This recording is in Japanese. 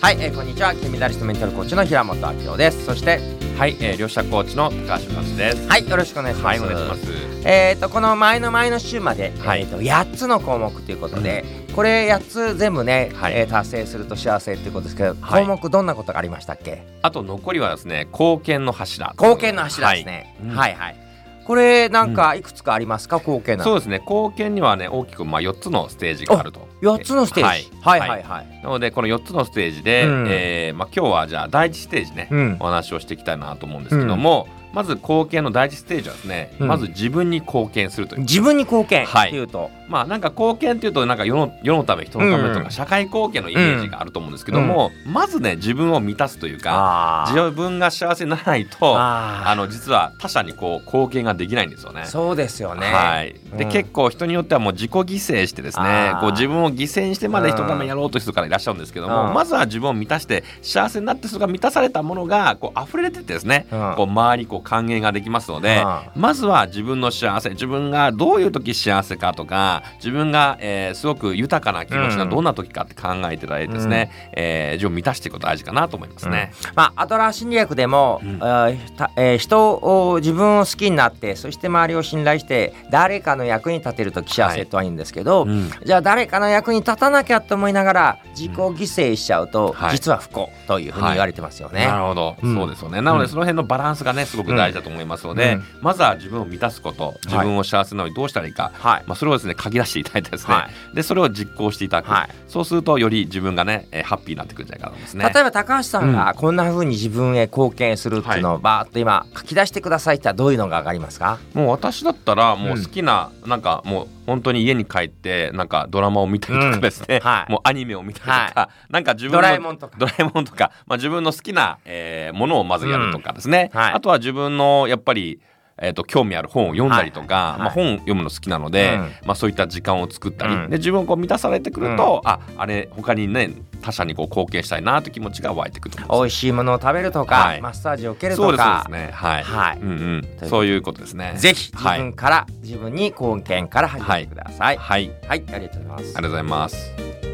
はい、えーこんにちは金メダリストメンタルコーチの平本明夫ですそしてはい、えー、両者コーチの高橋和です。はいよろしくお願いします,、はい、お願いします。えっ、とこの前の前の週まで、はいえー、と8つの項目ということで、これ8つ全部ね、はいえー達成すると幸せっていうことですけど、はい項目どんなことがありましたっけあと残りはですね、貢献の柱。貢献の柱ですね、はいうんはい、はいこれなんかいくつかありますか貢献はい。のそうですね、貢献にはね、大きくまあ四つのステージがあると。 4つのステージ、は、はいいはいははいいなのでこの4つのステージで、うんえーまあ、今日はじゃあ第1ステージね、うんお話をしていきたいなと思うんですけども、まず貢献の第1ステージはですね、うんまず自分に貢献するという自分に貢献はいっていうと、まあなんか貢献っていうとなんか世の世のため人のためうとんうんか社会貢献のイメージがあると思うんですけども、まずね自分を満たすというかあー自分が幸せにならないとああの実は他者にこう貢献ができないんですよねー。そうですよね、はい、で、うん結構人によってはもう自己犠牲してですねあーこう自分を犠牲にしてまで人のためにやろうという人からいらっしゃるんですけどうもんまずは自分を満たして幸せになって人が満たされたものがこう溢れ出てってですねうんこう周りにこう還元ができますのでまずは自分の幸せ自分がどういう時幸せかとか自分が、えーすごく豊かな気持ちがうんどんな時かって考えていただいてですね、えー自分を満たしていくことが大事かなと思いますね。まあ、アドラー心理学でも、うんあーたえー人を自分を好きになってそして周りを信頼して誰かの役に立てると幸せとはいいんですけど、うんじゃあ誰かの役に立たなきゃと思いながら自己犠牲しちゃうと、んはい実は不幸というふうに言われてますよね。なるほど、うんそうですよねなのうんでその辺のバランスがねすごく大事だと思いますので、うんまずは自分を満たすこと自分を幸せなのにどうしたらいいか、はいまあ、それをですね書き出していただいてですね、はでそれを実行していただく、はいそうするとより自分がね、えーハッピーになってくるんじゃないかなと思いますね。例えば高橋さんがこんなふうに自分へ貢献するっていうのをバーッと今書き出してくださいって言ったらどういうのが上がりますか、もう私だったらもううん好きな、なんかもう本当に家に帰ってなんかドラマを見たりとかですね、うんはいもうアニメを見たりとか、なんか自分のドラえもんとかドラえもんとかまあ、自分の好きな、えーものをまずやるとかですね、うんはいあとは自分のやっぱりえー、と興味ある本を読んだりとか、はいはいまあ、本読むの好きなので、うまあ、そういった時間を作ったり、うんで自分をこう満たされてくると、ああれ他にね他者にこう貢献したいなという気持ちが湧いてくると美思い味しいものを食べるとか、はいマッサージを受けるますそうとですそうかですねはい、はいうんということうでん、そういうことですねぜひ自はい分から、自分に貢献から始めてください。はい、ありはい、ありがとうございますがとうございます